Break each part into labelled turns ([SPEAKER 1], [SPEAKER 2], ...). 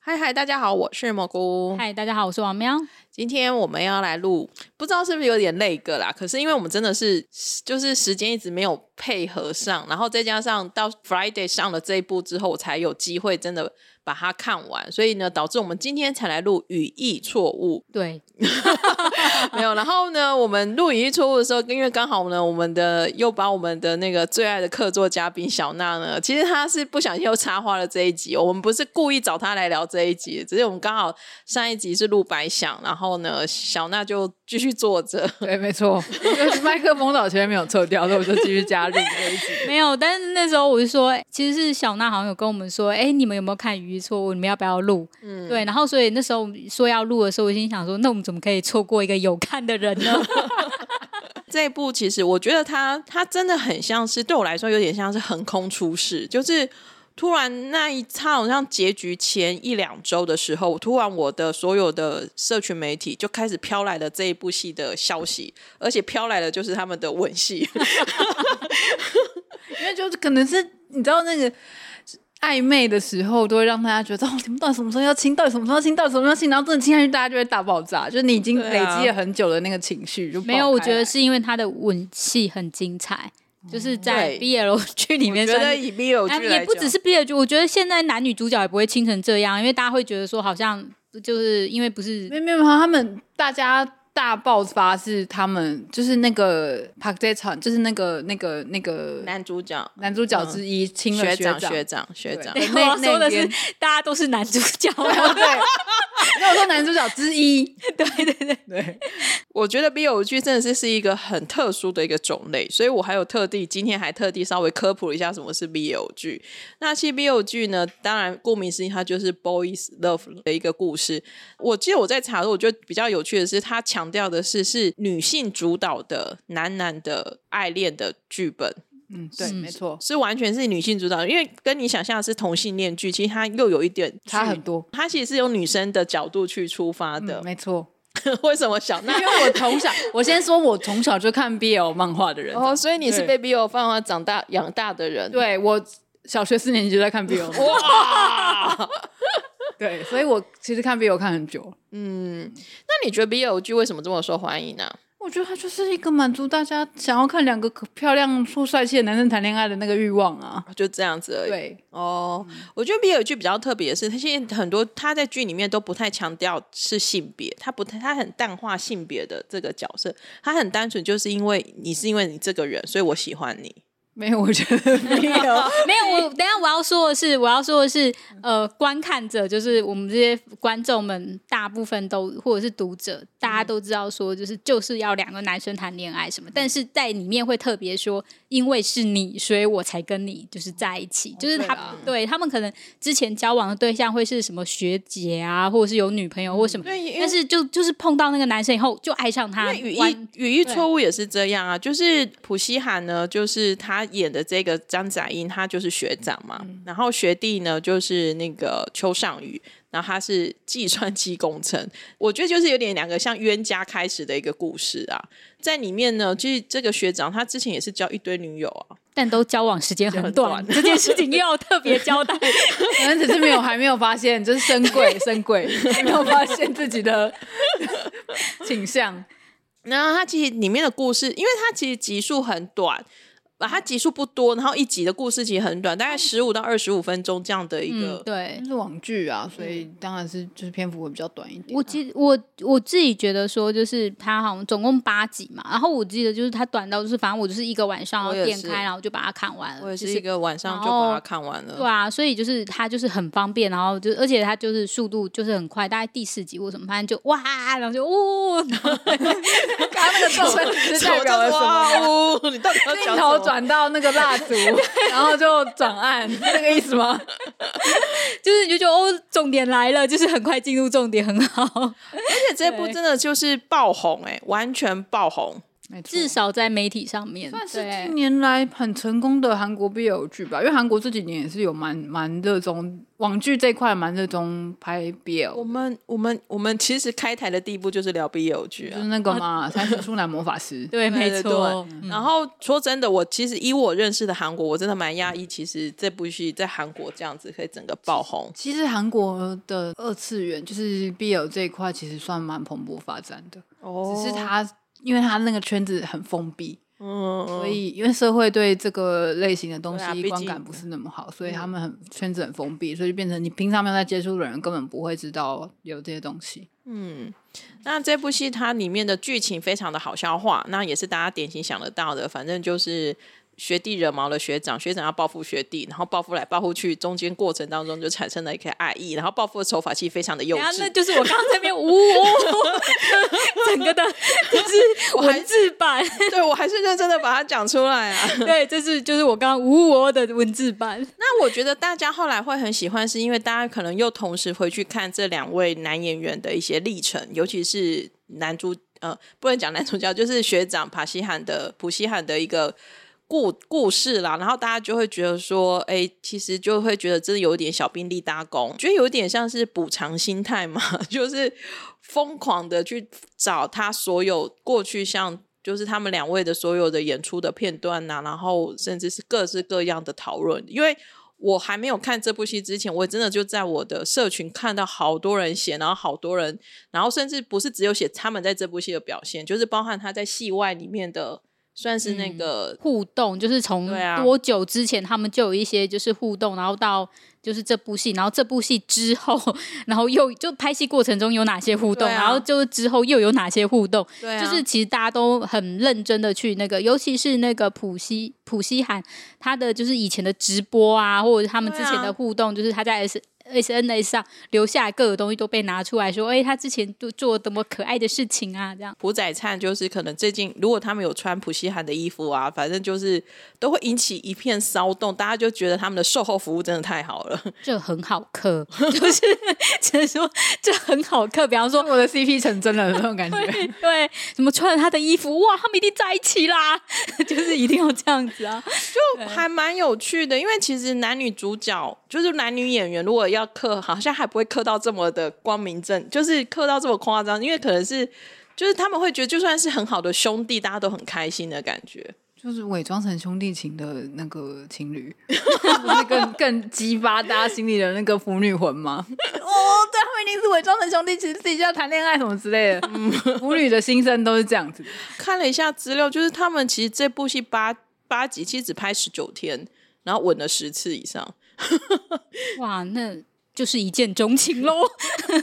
[SPEAKER 1] 嗨，大家好，我是蘑菇。
[SPEAKER 2] 嗨，大家好，我是王喵。
[SPEAKER 1] 今天我们要来录，不知道是不是有点累个啦，可是因为我们真的是就是时间一直没有配合上，然后再加上到 Friday 上了这一部之后，我才有机会真的把它看完，所以呢，导致我们今天才来录语义错误。
[SPEAKER 2] 对，
[SPEAKER 1] 没有，然后呢，我们录语义错误的时候，因为刚好呢，我们的又把我们的那个最爱的客座嘉宾小娜呢，其实她是不小心又插花了这一集。我们不是故意找她来聊这一集，只是我们刚好上一集是录白想，然后呢，小娜就继续坐着。
[SPEAKER 3] 对，哎没错，就是麦克风到前面没有撤掉，所以我就继续加入这一集。
[SPEAKER 2] 没有，但是那时候我就说，其实是小娜好像有跟我们说，哎、你们有没有看《语义错误》？你们要不要录？嗯，对。然后所以那时候我们说要录的时候，我心想说，那我们怎么可以错过一个有看的人呢？
[SPEAKER 1] 这一部其实我觉得它它真的很像是对我来说有点像是横空出世，就是突然那一它好像结局前一两周的时候，突然我的所有的社群媒体就开始飘来了这一部戏的消息，而且飘来的就是他们的吻戏，
[SPEAKER 3] 因为就是可能是你知道那个暧昧的时候，都会让大家觉得哦，你们到底什么时候要亲？到底什么时候要亲？到底什么时候要亲？然后真的亲下去，大家就会大爆炸，就是你已经
[SPEAKER 1] 对
[SPEAKER 3] 累
[SPEAKER 1] 啊
[SPEAKER 3] 积了很久的那个情绪就爆
[SPEAKER 2] 没有，我
[SPEAKER 3] 开
[SPEAKER 2] 觉得
[SPEAKER 3] 来
[SPEAKER 2] 是因为他的吻戏很精彩，就是在
[SPEAKER 1] 对
[SPEAKER 2] BL 剧里 面
[SPEAKER 1] 觉
[SPEAKER 2] 算
[SPEAKER 1] 得
[SPEAKER 2] 是
[SPEAKER 1] 以 BL
[SPEAKER 2] 哎
[SPEAKER 1] 剧来
[SPEAKER 2] 也不只是 BL 剧，我觉得现在男女主角也不会亲成这样，因为大家会觉得说，好像就是因为不是
[SPEAKER 3] 没有没有，没有他们大家大爆发是他们就是那个 Park Jae c h o n 就是那个那个那个
[SPEAKER 1] 男主角。
[SPEAKER 3] 男主角之一亲了
[SPEAKER 1] 学
[SPEAKER 3] 嗯长
[SPEAKER 1] 长、 学长、学长，
[SPEAKER 2] 对，
[SPEAKER 3] 那
[SPEAKER 2] 我要说的
[SPEAKER 3] 那
[SPEAKER 2] 是
[SPEAKER 3] 边，
[SPEAKER 2] 大家都是男主角。
[SPEAKER 3] 对，没有说男主角之一，对对对对。
[SPEAKER 1] 我觉得 BL 剧真的是是一个很特殊的一个种类，所以我还有特地今天还特地稍微科普了一下什么是 BL 剧。那其实 BL 剧呢，当然顾名思义，它就是 boys love 的一个故事。我记得我在查的时候，我觉得比较有趣的是，它强调的是是女性主导的男男的爱恋的剧本，
[SPEAKER 3] 嗯，对，没错，
[SPEAKER 1] 是完全是女性主导，因为跟你想象的是同性恋剧，其实它又有一点
[SPEAKER 3] 差很
[SPEAKER 1] 距，
[SPEAKER 3] 多。
[SPEAKER 1] 它其实是由女生的角度去出发的。
[SPEAKER 3] 嗯、没错，
[SPEAKER 1] 为什么小娜
[SPEAKER 3] 因为我从 小，我先说，我从小就看 BL 漫画的人。
[SPEAKER 1] 哦，所以你是
[SPEAKER 3] 对
[SPEAKER 1] 被 BL 漫画长大养大的人。，
[SPEAKER 3] 对我小学四年级就在看 BL，漫画
[SPEAKER 1] 哇，
[SPEAKER 3] 对，所以我其实看 BL 看很久。
[SPEAKER 1] 那你觉得 BL 剧为什么这么受欢迎呢、
[SPEAKER 3] 我觉得它就是一个满足大家想要看两个可漂亮、酷、帅气的男生谈恋爱的那个欲望啊。
[SPEAKER 1] 就这样子而已。，
[SPEAKER 3] 对，
[SPEAKER 1] 哦，我觉得 BL 剧比较特别的是，它现在很多它在剧里面都不太强调是性别，它不太，它很淡化性别的这个角色，它很单纯，就是因为你是因为你这个人，所以我喜欢你。
[SPEAKER 3] 没有，我觉得 BL
[SPEAKER 2] 没有，我等一下我要说的是，我要说的是，呃，观看者就是我们这些观众们，大部分都或者是读者，大家都知道说，就是就是要两个男生谈恋爱什么，但是在里面会特别说，因为是你，所以我才跟你就是在一
[SPEAKER 1] 哦
[SPEAKER 2] 起，就是
[SPEAKER 3] 对
[SPEAKER 2] 他
[SPEAKER 1] 啊
[SPEAKER 3] 啦
[SPEAKER 2] 对他们可能之前交往的对象会是什么学姐啊，或者是有女朋友或什么，
[SPEAKER 1] 对，嗯因为
[SPEAKER 2] 但是就就是碰到那个男生以后就爱上他，
[SPEAKER 1] 语
[SPEAKER 2] 完
[SPEAKER 1] 义语义错误也是这样啊，就是普希涵呢，就是他演的这个张载英，他就是学长嘛，然后学弟呢就是那个邱尚宇，然后他是计算机工程，我觉得就是有点两个像冤家开始的一个故事啊，在里面呢，就是这个学长他之前也是交一堆女友啊，
[SPEAKER 2] 但都交往时间很
[SPEAKER 1] 很短
[SPEAKER 2] 短，这件事情又要特别交代。
[SPEAKER 3] 可能只是没有还没有发现，就是深贵深 贵，没有发现自己 的倾向。
[SPEAKER 1] 那它其实里面的故事，因为它其实集数很短，啊，它集数不多，然后一集的故事其实很短，大概十五到二十五分钟这样的一个
[SPEAKER 2] 嗯，对
[SPEAKER 3] 因为。是网剧啊，所以当然是就是篇幅会比较短一点啊。
[SPEAKER 2] 我记我我自己觉得说，就是它好像总共八集嘛，然后我记得就是它短到就是，反正我就是一个晚上
[SPEAKER 1] 我
[SPEAKER 2] 然
[SPEAKER 1] 也
[SPEAKER 2] 后点
[SPEAKER 1] 是
[SPEAKER 2] 开，然后就把它看完了。
[SPEAKER 1] 我也
[SPEAKER 2] 就是
[SPEAKER 1] 一个晚上就
[SPEAKER 2] 然后
[SPEAKER 1] 把它看完了。
[SPEAKER 2] 对啊，所以就是它就是很方便，然后就而且它就是速度就是很快，大概第四集或什么，反正就哇，然后就哦， 然后
[SPEAKER 3] 他 那个皱纹是代表了什么？
[SPEAKER 1] 么？哇哦，你到底 要
[SPEAKER 3] 镜
[SPEAKER 1] 讲
[SPEAKER 3] 头
[SPEAKER 1] 什么？
[SPEAKER 3] 转到那个蜡烛，然后就转暗，是这个意思吗？
[SPEAKER 2] 就是你就觉得哦，重点来了，就是很 快进入重点，很好。
[SPEAKER 1] 欸而且这部真的就是爆红哎、完全爆红。
[SPEAKER 3] 没错，
[SPEAKER 2] 至少在媒体上面，
[SPEAKER 3] 算是
[SPEAKER 2] 对
[SPEAKER 3] 近年来很成功的韩国 BL 剧吧，因为韩国这几年也是有蛮蛮热衷网剧这一块，蛮热衷拍 BL，
[SPEAKER 1] 我们我们我们其实开台的第一步就是聊 BL 剧
[SPEAKER 3] 就
[SPEAKER 1] 啊
[SPEAKER 3] 是。那个嘛，三十处男魔法师，
[SPEAKER 2] 对，没
[SPEAKER 1] 对对嗯
[SPEAKER 2] 错，嗯
[SPEAKER 1] 然后说真的，我其实以我认识的韩国，我真的蛮讶异，其实这部戏在韩国这样子可以整个爆红。
[SPEAKER 3] 其实韩国的二次元就是 BL 这一块，其实算蛮蓬勃发展的，
[SPEAKER 1] 哦
[SPEAKER 3] 只是它因为它那个圈子很封闭，
[SPEAKER 1] 嗯，
[SPEAKER 3] 所以因为社会对这个类型的东
[SPEAKER 1] 对啊毕
[SPEAKER 3] 西
[SPEAKER 1] 竟
[SPEAKER 3] 观感不是那么好，所以他们很圈子很封闭，所以就变成你平常没有在接触的人根本不会知道有这些东西。
[SPEAKER 1] 那这部戏它里面的剧情非常的好消化，那也是大家典型想得到的，反正就是。学弟惹毛了学长，学长要报复学弟，然后报复来报复去，中间过程当中就产生了一个爱意，然后报复的手法其实非常的幼
[SPEAKER 2] 然后那
[SPEAKER 1] 稚。
[SPEAKER 2] 就是我刚刚这边呜， 整 个的就是文字版，
[SPEAKER 1] 对我还是认真的把它讲出来 啊。
[SPEAKER 2] 对，这是就是我刚刚呜哦的文字版，
[SPEAKER 1] 那我觉得大家后来会很喜欢，是因为大家可能又同时回去看这两位男演员的一些历程，尤其是男主呃，不能讲男主角，就是学长帕西汉的普西汉的一个故故事啦。然后大家就会觉得说，哎，其实就会觉得这有点小兵力搭工，觉得有点像是补偿心态嘛， 就是疯狂的去找他所有过去像。就是他们两位的所有的演出的片段呐、然后甚至是各式各样的讨论，因为我还没有看这部戏之前，我真的就在我的社群看到好多人写，然后好多人，然后甚至不是只有写他们在这部戏的表现，就是包含他在戏外里面的，算是那个、
[SPEAKER 2] 互动，就是从
[SPEAKER 1] 对啊
[SPEAKER 2] 多久之前他们就有一些就是互动，然后到就是这部戏，然后这部戏之后， 然后又就拍戏过程中有哪些互动，
[SPEAKER 1] 对啊
[SPEAKER 2] 然后就之后又有哪些互动，
[SPEAKER 1] 对啊，
[SPEAKER 2] 就是其实大家都很认真的去那个，尤其是那个普西普西涵他的就是以前的直播啊，或者他们之
[SPEAKER 1] 对啊
[SPEAKER 2] 前的互动，就是他在 S。S N S 上留下来各个东西都被拿出来说，哎、他之前做做多么可爱的事情啊，这样。
[SPEAKER 1] 朴宰灿就是可能最近，如果他们有穿普希涵的衣服啊，反正就是都会引起一片骚动，大家就觉得他们的售后服务真的太好了。
[SPEAKER 2] 这很好嗑， 就是只能说这很好嗑。比方说，
[SPEAKER 3] 我的 CP 成真了那种 感觉。
[SPEAKER 2] 对，什么穿了他的衣服，哇，他们一定在一起啦， 就是一定要这样子啊。
[SPEAKER 1] 还蛮有趣的，因为其实男女主角就是男女演员，如果要刻，好像还不会刻到这么的光明正，就是刻到这么夸张，因为可能是就是他们会觉得，就算是很好的兄弟，大家都很开心的感觉。
[SPEAKER 3] 就是伪装成兄弟情的那个情 侣，不是更更激发大家心里的那个腐女魂吗？ 哦，对，他们一定是伪装成兄弟，其实自己就要谈恋爱什么之类的。嗯腐女的心声都是这样子。
[SPEAKER 1] 看了一下资料，就是他们其实这部戏八八集，其实只拍十九天，然后吻了十次以上。
[SPEAKER 2] 哇，那就是一见钟情喽。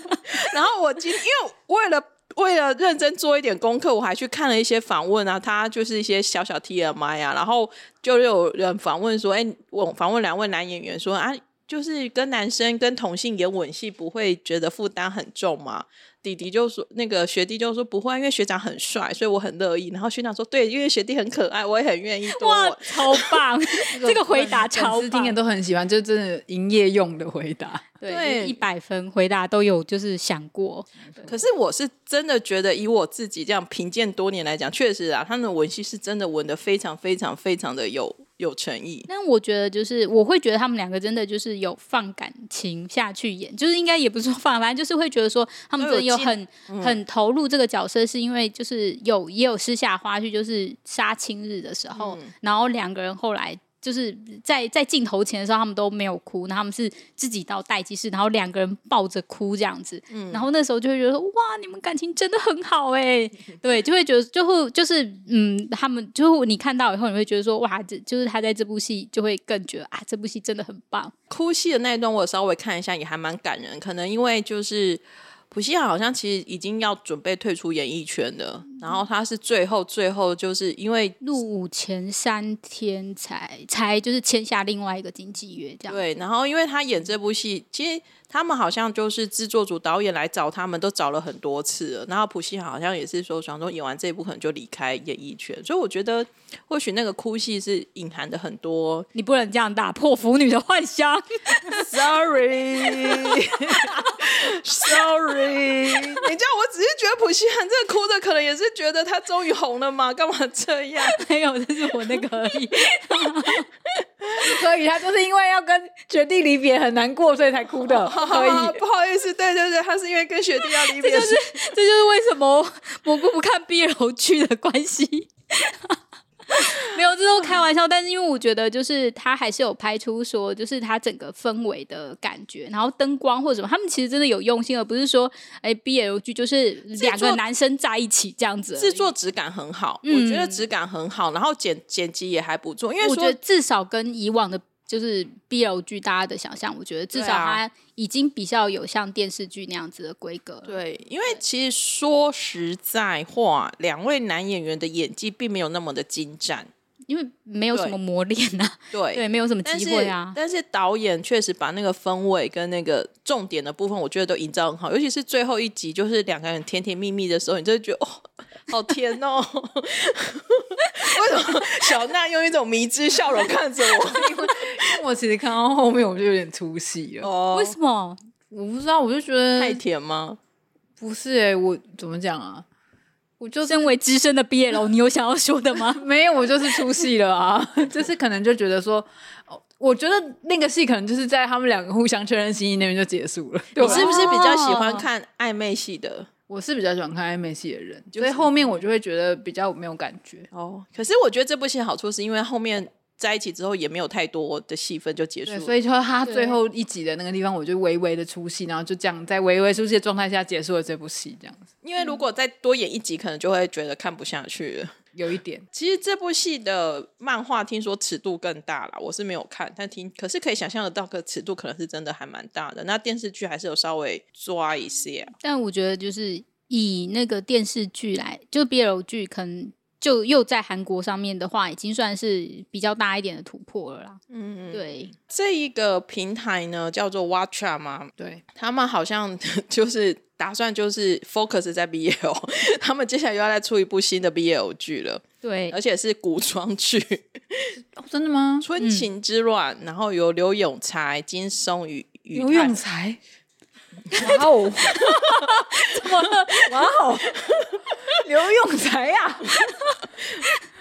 [SPEAKER 1] 然后我今因为为了为了认真做一点功课，我还去看了一些访问啊，他就是一些小小 TMI 啊，然后就有人访问说，哎、我访问两位男演员说啊，就是跟男生跟同性演吻戏不会觉得负担很重吗？弟弟就说，那个学弟就说不会，因为学长很帅，所以我很乐意。然后学长说，对，因为学弟很可爱，我也很愿意多
[SPEAKER 2] 哇
[SPEAKER 1] 吻。，
[SPEAKER 2] 超棒！ 这个回答超
[SPEAKER 3] 粉丝听了
[SPEAKER 2] 棒，
[SPEAKER 3] 都很喜欢，就真的营业用的回答。
[SPEAKER 1] 对
[SPEAKER 2] 一百分回答都有，就是想过。
[SPEAKER 1] 可是我是真的觉得，以我自己这样评鉴多年来讲，确实啊，他们的吻戏是真的吻的非常非常非常的有有诚意。
[SPEAKER 2] 但我觉得就是我会觉得他们两个真的就是有放感情下去演，就是应该也不是说放，反正就是会觉得说他们真的有很很投入这个角色，是因为就是有也有私下花絮，就是杀青日的时候，然后两个人后来。就是在在镜头前的时候，他们都没有哭，然后他们是自己到待机室，然后两个人抱着哭这样子，然后那时候就会觉得说哇，你们感情真的很好哎、对，就会觉得就会就是嗯，他们就会你看到以后，你会觉得说哇，这就是他在这部戏就会更觉得啊，这部戏真的很棒。
[SPEAKER 1] 哭戏的那一段，我稍微看一下，也还蛮感人。可能因为就是普希亚好像其实已经要准备退出演艺圈了，然后他是最后最后就是因为
[SPEAKER 2] 入伍前三天才才就是签下另外一个经纪约，这样
[SPEAKER 1] 对，然后因为他演这部戏，其实他们好像就是制作组导演来找他们，都找了很多次了。然后普希亚好像也是说，想说演完这一部可能就离开演艺圈，所以我觉得或许那个哭戏是隐含的很多。
[SPEAKER 2] 你不能这样打破腐女的幻想。
[SPEAKER 1] Sorry，Sorry，你知道我只是觉得普普希涵这哭的可能也是觉得他终于红了嘛，干嘛这样？
[SPEAKER 2] 没有，这是我那个而已。
[SPEAKER 3] 所以他就是因为要跟学弟离别很难过，所以才哭的。 可以，
[SPEAKER 1] 不好意思，对对对，他是因为跟学弟要离别，
[SPEAKER 2] 就是 这就是为什么蘑菇不看 BL 剧的关系。 没有，这都开玩笑。但是因为我觉得，就是他还是有拍出说，就是他整个氛围的感觉，然后灯光或者什么，他们其实真的有用心，而不是说，哎，BL 剧就是两
[SPEAKER 1] 制
[SPEAKER 2] 个
[SPEAKER 1] 作
[SPEAKER 2] 男生在一起这样子而已。
[SPEAKER 1] 制作质感很好，
[SPEAKER 2] 嗯
[SPEAKER 1] 我觉得质感很好，然后剪剪辑也还不错，因为
[SPEAKER 2] 我觉
[SPEAKER 1] 说
[SPEAKER 2] 得至少跟以往的，就是 BL 剧大家的想象，我觉得至少
[SPEAKER 1] 对啊
[SPEAKER 2] 它已经比较有像电视剧那样子的规格了。
[SPEAKER 1] 对，因为其实说实在话，两位男演员的演技并没有那么的精湛，
[SPEAKER 2] 因为没有什么磨练呐、啊，
[SPEAKER 1] 对。
[SPEAKER 2] 对，没有什么
[SPEAKER 1] 但
[SPEAKER 2] 机
[SPEAKER 1] 是
[SPEAKER 2] 会啊。
[SPEAKER 1] 但是导演确实把那个氛围跟那个重点的部分，我觉得都营造很好。尤其是最后一集，就是两个人甜甜蜜蜜的时候，你就会觉得哦，好甜哦。 为什么小娜用一种迷之笑容看着 我？
[SPEAKER 3] 我其实看到后面我就有点出戏了。
[SPEAKER 2] 为
[SPEAKER 1] 哦，
[SPEAKER 2] 什么？
[SPEAKER 3] 我不知道，我就觉得
[SPEAKER 1] 太甜吗？
[SPEAKER 3] 不是哎、我怎么讲啊？
[SPEAKER 2] 我就身为资深的 BL，你有想要说的吗？
[SPEAKER 3] 没有，我就是出戏了啊， 就是可能就觉得说，哦我觉得那个戏可能就是在他们两个互相确认心意那边就结束了。 对
[SPEAKER 1] 你
[SPEAKER 3] 我来
[SPEAKER 1] 是不是比较喜欢
[SPEAKER 2] 哦
[SPEAKER 1] 看暧昧戏的？
[SPEAKER 3] 我是比较喜欢看暧昧戏的人，
[SPEAKER 1] 就是
[SPEAKER 3] 所以后面我就会觉得比较没有感觉。
[SPEAKER 1] 哦，可是我觉得这部戏的好处是因为后面在一起之后也没有太多的戏份就结束
[SPEAKER 3] 对，
[SPEAKER 1] 了，
[SPEAKER 3] 所以就他最后一集的那个地方，我就微微的出戏，然后就这样在微微出戏的状态下结束了这部戏，这样子
[SPEAKER 1] 因为如果再多演一集，可能就会觉得看不下去了。
[SPEAKER 3] 有一点。
[SPEAKER 1] 其实这部戏的漫画听说尺度更大啦，我是没有看，但听可是可以想象得到，个尺度可能是真的还蛮大的。那电视剧还是有稍微抓一些、啊，
[SPEAKER 2] 但我觉得就是以那个电视剧来，就 BL 剧，可能就又在韩国上面的话，已经算是比较大一点的突破了啦。
[SPEAKER 1] 嗯，
[SPEAKER 2] 对，
[SPEAKER 1] 这一个平台呢叫做 Watcha 嘛，
[SPEAKER 3] 对，
[SPEAKER 1] 他们好像 就是打算就是 focus 在 BL，他们接下来又要再出一部新的 BL 剧了，
[SPEAKER 2] 对，
[SPEAKER 1] 而且是古装剧。
[SPEAKER 3] 哦，真的吗
[SPEAKER 1] 《春情之乱》然后由刘永才、金松宇、于
[SPEAKER 3] 游
[SPEAKER 1] 泰
[SPEAKER 3] 泳才，哇哦， 怎么了？哇哦， 刘永才呀、 啊！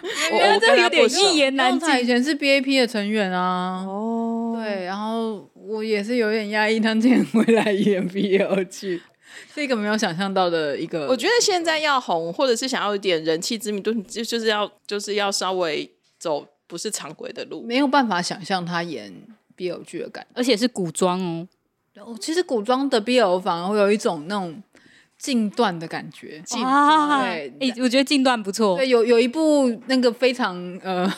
[SPEAKER 1] 我
[SPEAKER 2] 原来
[SPEAKER 1] 我
[SPEAKER 2] 这
[SPEAKER 1] 跟
[SPEAKER 2] 有
[SPEAKER 1] 他不
[SPEAKER 2] 点
[SPEAKER 1] 熟
[SPEAKER 2] 一言
[SPEAKER 3] 刘
[SPEAKER 2] 难
[SPEAKER 3] 永
[SPEAKER 2] 尽
[SPEAKER 3] 才以。前是 BAP 的成员啊。
[SPEAKER 1] 哦，
[SPEAKER 3] 对，然后我也是有点压抑，他竟然会来演 BL 剧， 是一个没有想象到的一个。
[SPEAKER 1] 我觉得现在要红，或者是想要一点人气知名度，你就就是要就是要稍微走不是常规的路。
[SPEAKER 3] 没有办法想象他演 BL 剧的感
[SPEAKER 2] 而且是古装哦，
[SPEAKER 3] 觉。哦，其实古装的 BL 反而会有一种那种近段的感觉。
[SPEAKER 1] 近
[SPEAKER 2] 哇
[SPEAKER 3] 对
[SPEAKER 2] 哎、我觉得近段不错。
[SPEAKER 3] 对，有有一部那个非常呃，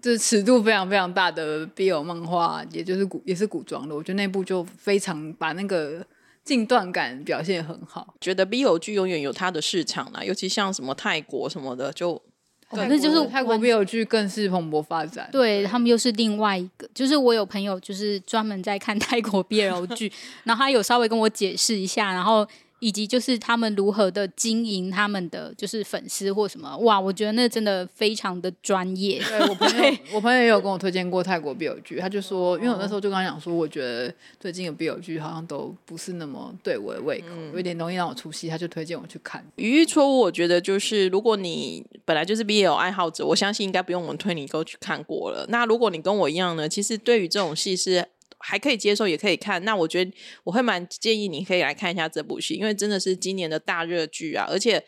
[SPEAKER 3] 这尺度非常非常大的 BL 漫画，也就是古也是古装的，我觉得那部就非常把那个近段感表现得很好。
[SPEAKER 1] 觉得 BL 剧永远有它的市场啦，尤其像什么泰国什么的，就
[SPEAKER 2] 反正就是
[SPEAKER 3] 泰国
[SPEAKER 2] 完
[SPEAKER 3] BL 剧更是蓬勃发展。
[SPEAKER 2] 对他们又是另外一个，就是我有朋友就是专门在看泰国 BL 剧，然后他有稍微跟我解释一下，然后以及就是他们如何的经营他们的就是粉丝或什么，哇，我觉得那真的非常的专业。
[SPEAKER 3] 对我朋友，我朋友也有跟我推荐过泰国 BL 剧，他就
[SPEAKER 2] 哦
[SPEAKER 3] 说，因为我那时候就跟他讲说，我觉得最近的 BL 剧好像都不是那么对我的胃口，
[SPEAKER 2] 嗯
[SPEAKER 3] 有一点容易让我出戏，他就推荐我去看。
[SPEAKER 1] 语义错误，我觉得就是如果你本来就是 BL 爱好者，我相信应该不用我们推你都去看过了。那如果你跟我一样呢，其实对于这种戏是还可以接受，也可以看。那我觉得我会蛮建议你可以来看一下这部戏，因为真的是今年的大热剧啊，而且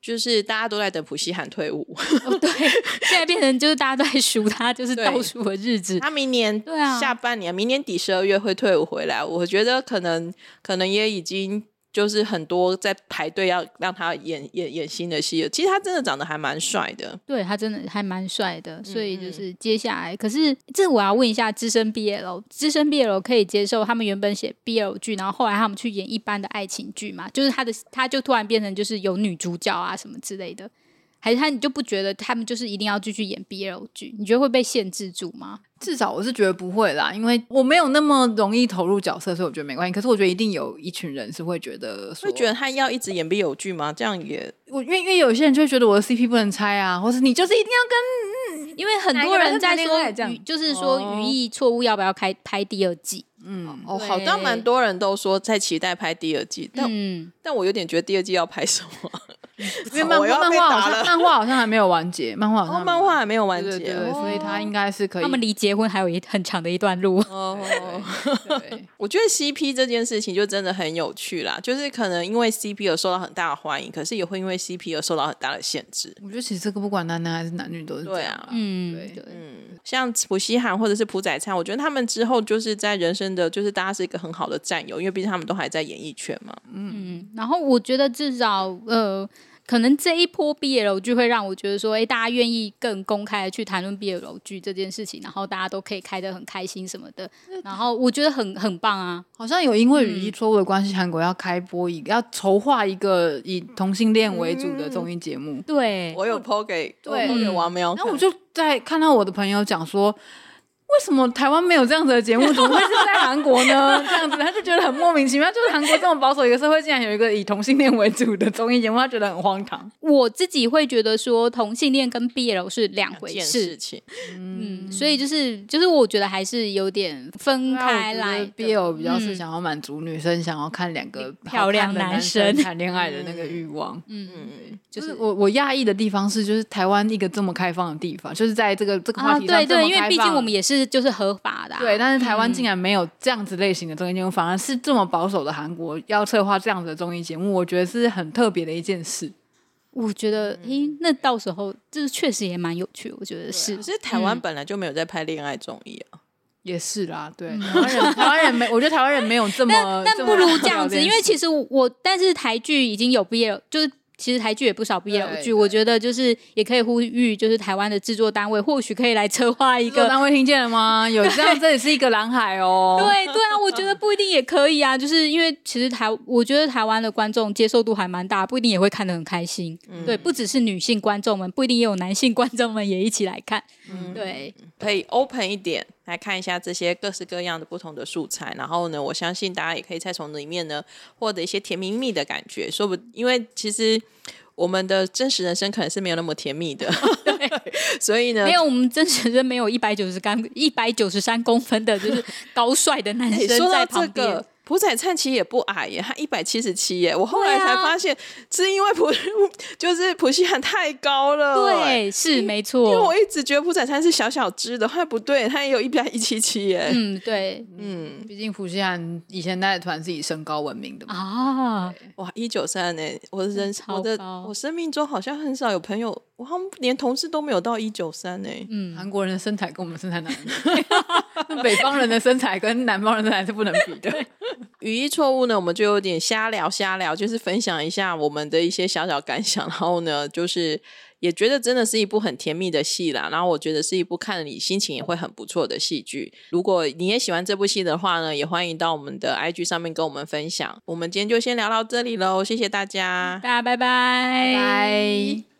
[SPEAKER 1] 就是大家都在等普希汉退伍，
[SPEAKER 2] 哦对，现在变成就是大家都在数他就是
[SPEAKER 1] 对
[SPEAKER 2] 倒数的日子。
[SPEAKER 1] 他明年
[SPEAKER 2] 对啊
[SPEAKER 1] 下半年，明年底十二月会退伍回来。我觉得可能可能也已经就是很多在排队要让他演演演新的戏了。其实他真的长得还蛮帅的。
[SPEAKER 2] 对他真的还蛮帅的，所以
[SPEAKER 3] 嗯
[SPEAKER 2] 就是接下来，可是这我要问一下资深 BL，资深 BL 可以接受他们原本写 BL 剧，然后后来他们去演一般的爱情剧嘛？就是他的他就突然变成就是有女主角啊什么之类的，还是他你就不觉得他们就是一定要继续演 BL 剧？你觉得会被限制住吗？
[SPEAKER 3] 至少我是觉得不会啦，因为我没有那么容易投入角色，所以我觉得没关系。可是我觉得一定有一群人是会觉得说，
[SPEAKER 1] 会觉得他要一直演 B 有剧吗？这样也
[SPEAKER 3] 我因为因为有些人就会觉得我的 CP 不能拆啊，或是你就是一定要
[SPEAKER 2] 因为很
[SPEAKER 3] 哪一
[SPEAKER 2] 多
[SPEAKER 3] 个人
[SPEAKER 2] 人
[SPEAKER 3] 会
[SPEAKER 2] 在
[SPEAKER 3] 谈恋
[SPEAKER 2] 说
[SPEAKER 3] 爱这样哦
[SPEAKER 2] 语，就是说语义错误要不要开拍第二季？
[SPEAKER 3] 嗯，
[SPEAKER 1] 哦，
[SPEAKER 2] 对
[SPEAKER 1] 好像蛮多人都说在期待拍第二季，但、
[SPEAKER 2] 嗯，
[SPEAKER 1] 但我有点觉得第二季要拍什 么？
[SPEAKER 3] 因为漫
[SPEAKER 1] 我要
[SPEAKER 3] 漫
[SPEAKER 1] 被
[SPEAKER 3] 画
[SPEAKER 1] 打
[SPEAKER 3] 好像
[SPEAKER 1] 了
[SPEAKER 3] 漫画好像还没有完结，漫画好
[SPEAKER 1] 哦，
[SPEAKER 3] 像
[SPEAKER 1] 漫画还没有完
[SPEAKER 3] 对
[SPEAKER 1] 结，哦
[SPEAKER 3] 对对，所以它应
[SPEAKER 1] 该
[SPEAKER 3] 该是可以。
[SPEAKER 2] 他们离结婚还有一很长的一段路。
[SPEAKER 1] 哦。
[SPEAKER 3] 对，
[SPEAKER 1] 我觉得 CP 这件事情就真的很有趣啦，就是可能因为 CP 而受到很大的欢迎，可是也会因为 CP 而受到很大的限制。
[SPEAKER 3] 我觉得其实这个不管男男还是男女都是这
[SPEAKER 1] 对
[SPEAKER 3] 样
[SPEAKER 1] 啊
[SPEAKER 3] 啦，
[SPEAKER 2] 嗯，
[SPEAKER 3] 对
[SPEAKER 2] 对，
[SPEAKER 1] 像普希涵或者是朴宰灿，我觉得他们之后就是在人生的，就是大家是一个很好的战友，因为毕竟他们都还在演艺圈嘛。
[SPEAKER 2] 嗯，然后我觉得至少呃。可能这一波 BL 剧会让我觉得说，哎，大家愿意更公开的去谈论 BL 剧这件事情，然后大家都可以开得很开心什么的，然后我觉得很很棒啊。
[SPEAKER 3] 好像有因为雨
[SPEAKER 1] 嗯
[SPEAKER 3] 衣错位的关系，韩国要开播一个要筹划一个以同性恋为主
[SPEAKER 1] 嗯
[SPEAKER 3] 的综艺节目。
[SPEAKER 2] 对，
[SPEAKER 1] 我有 PO 给
[SPEAKER 3] 对
[SPEAKER 1] 我有 po 给王苗看，
[SPEAKER 3] 然后我就在看到我的朋友讲说，为什么台湾没有这样子的节目，怎么会是在韩国呢？这样子，他就觉得很莫名其妙，就是韩国这么保守一个社会，竟然有一个以同性恋为主的综艺节目，他觉得很荒唐。
[SPEAKER 2] 我自己会觉得说，同性恋跟 BL 是两
[SPEAKER 1] 两
[SPEAKER 2] 回
[SPEAKER 1] 件
[SPEAKER 2] 事
[SPEAKER 1] 事，情，
[SPEAKER 2] 嗯，所以就是就是我觉得还是有点分
[SPEAKER 3] 啊
[SPEAKER 2] 开来的。
[SPEAKER 3] BL 比较是
[SPEAKER 2] 嗯
[SPEAKER 3] 想要满足女生想要看两个
[SPEAKER 2] 漂亮
[SPEAKER 3] 好看的
[SPEAKER 2] 男
[SPEAKER 3] 男
[SPEAKER 2] 生
[SPEAKER 3] 谈恋爱的那个欲望。
[SPEAKER 1] 嗯，
[SPEAKER 3] 就是我我讶异的地方是，就是台湾一个这么开放的地方，就是在这个这个话
[SPEAKER 2] 啊，
[SPEAKER 3] 题上
[SPEAKER 2] 对
[SPEAKER 3] 这么开放、
[SPEAKER 2] 对，因为毕竟我们也是就是合法的、啊，
[SPEAKER 3] 对，但是台湾竟然没有这样子类型的综艺节目，反而是这么保守的韩国要策划这样子的综艺节目，我觉得是很特别的一件事。
[SPEAKER 2] 我觉得，诶、
[SPEAKER 3] 嗯
[SPEAKER 2] 那到时候这确实也蛮有趣的，我
[SPEAKER 3] 啊
[SPEAKER 2] 觉得是
[SPEAKER 1] 可。是台
[SPEAKER 2] 嗯
[SPEAKER 1] 湾本来就没有在拍恋爱综艺啊，
[SPEAKER 3] 也是啦，对，台湾人，台湾人没，我觉得台湾人没有这么，
[SPEAKER 2] 但
[SPEAKER 3] 这么
[SPEAKER 2] 嗯不如这样子，
[SPEAKER 3] 聊天
[SPEAKER 2] 因为其实我，但是台剧已经有 BL，就是其实台剧也不少 BL
[SPEAKER 3] 对
[SPEAKER 2] 剧，
[SPEAKER 3] 对
[SPEAKER 2] 我觉得就是也可以呼吁，就是台湾的制作单位或许可以来策划一
[SPEAKER 3] 制作
[SPEAKER 2] 个。
[SPEAKER 3] 单位听见了吗？有这样，这也是一个蓝海哦。
[SPEAKER 2] 对对啊，我觉得不一定也可以啊，就是因为其实台，我觉得台湾的观众接受度还蛮大，不一定也会看得很开心。
[SPEAKER 3] 嗯
[SPEAKER 2] 对，不只是女性观众们，不一定也有男性观众们也一起来看。
[SPEAKER 3] 嗯
[SPEAKER 2] 对，
[SPEAKER 1] 可以 open 一点来看一下这些各式各样的不同的素材，然后呢，我相信大家也可以再从里面呢获得一些甜蜜蜜的感觉，说不，因为其实我们的真实人生可能是没有那么甜蜜 的，所以呢
[SPEAKER 2] 没。有，我们真实人没有一百九十三一百九十三公分的，就是高帅的男
[SPEAKER 1] 哎
[SPEAKER 2] 生
[SPEAKER 1] 说
[SPEAKER 2] 在
[SPEAKER 1] 到
[SPEAKER 2] 旁
[SPEAKER 1] 这
[SPEAKER 2] 边。
[SPEAKER 1] 个，朴宰灿其实也不矮耶，他一百七十七耶。我后来
[SPEAKER 2] 对啊
[SPEAKER 1] 才发现，是因为朴 就是朴熙汉太高了。，
[SPEAKER 2] 对，是没
[SPEAKER 1] 因为
[SPEAKER 2] 错
[SPEAKER 1] 我。一直觉得朴宰灿是小小只的，后来不对，他也有一百一七七耶。
[SPEAKER 2] 嗯，对
[SPEAKER 1] 嗯，
[SPEAKER 3] 毕竟福西汉以前带的团是以身高闻名的嘛。
[SPEAKER 2] 啊，
[SPEAKER 1] 哇，一九三呢，我的人
[SPEAKER 2] 超
[SPEAKER 1] 我的
[SPEAKER 2] 高
[SPEAKER 1] 我生命中好像很少有朋友，我好像连同事都没有到一九三欸呢。
[SPEAKER 2] 嗯，
[SPEAKER 3] 韩国人的身材跟我们身材难比， 北方人的身材跟南方人的身材是不能比 的。
[SPEAKER 1] 语义错误呢，我们就有点瞎聊瞎聊，就是分享一下我们的一些小小感想， 然后呢，就是也觉得真的是一部很甜蜜的戏啦。然后我觉得是一部看了你心情也会很不错的戏剧。如果你也喜欢这部戏的话呢，也欢迎到我们的 IG 上面跟我们分享。我们今天就先聊到这里喽，谢谢大家，
[SPEAKER 2] 大家拜拜，
[SPEAKER 3] 拜。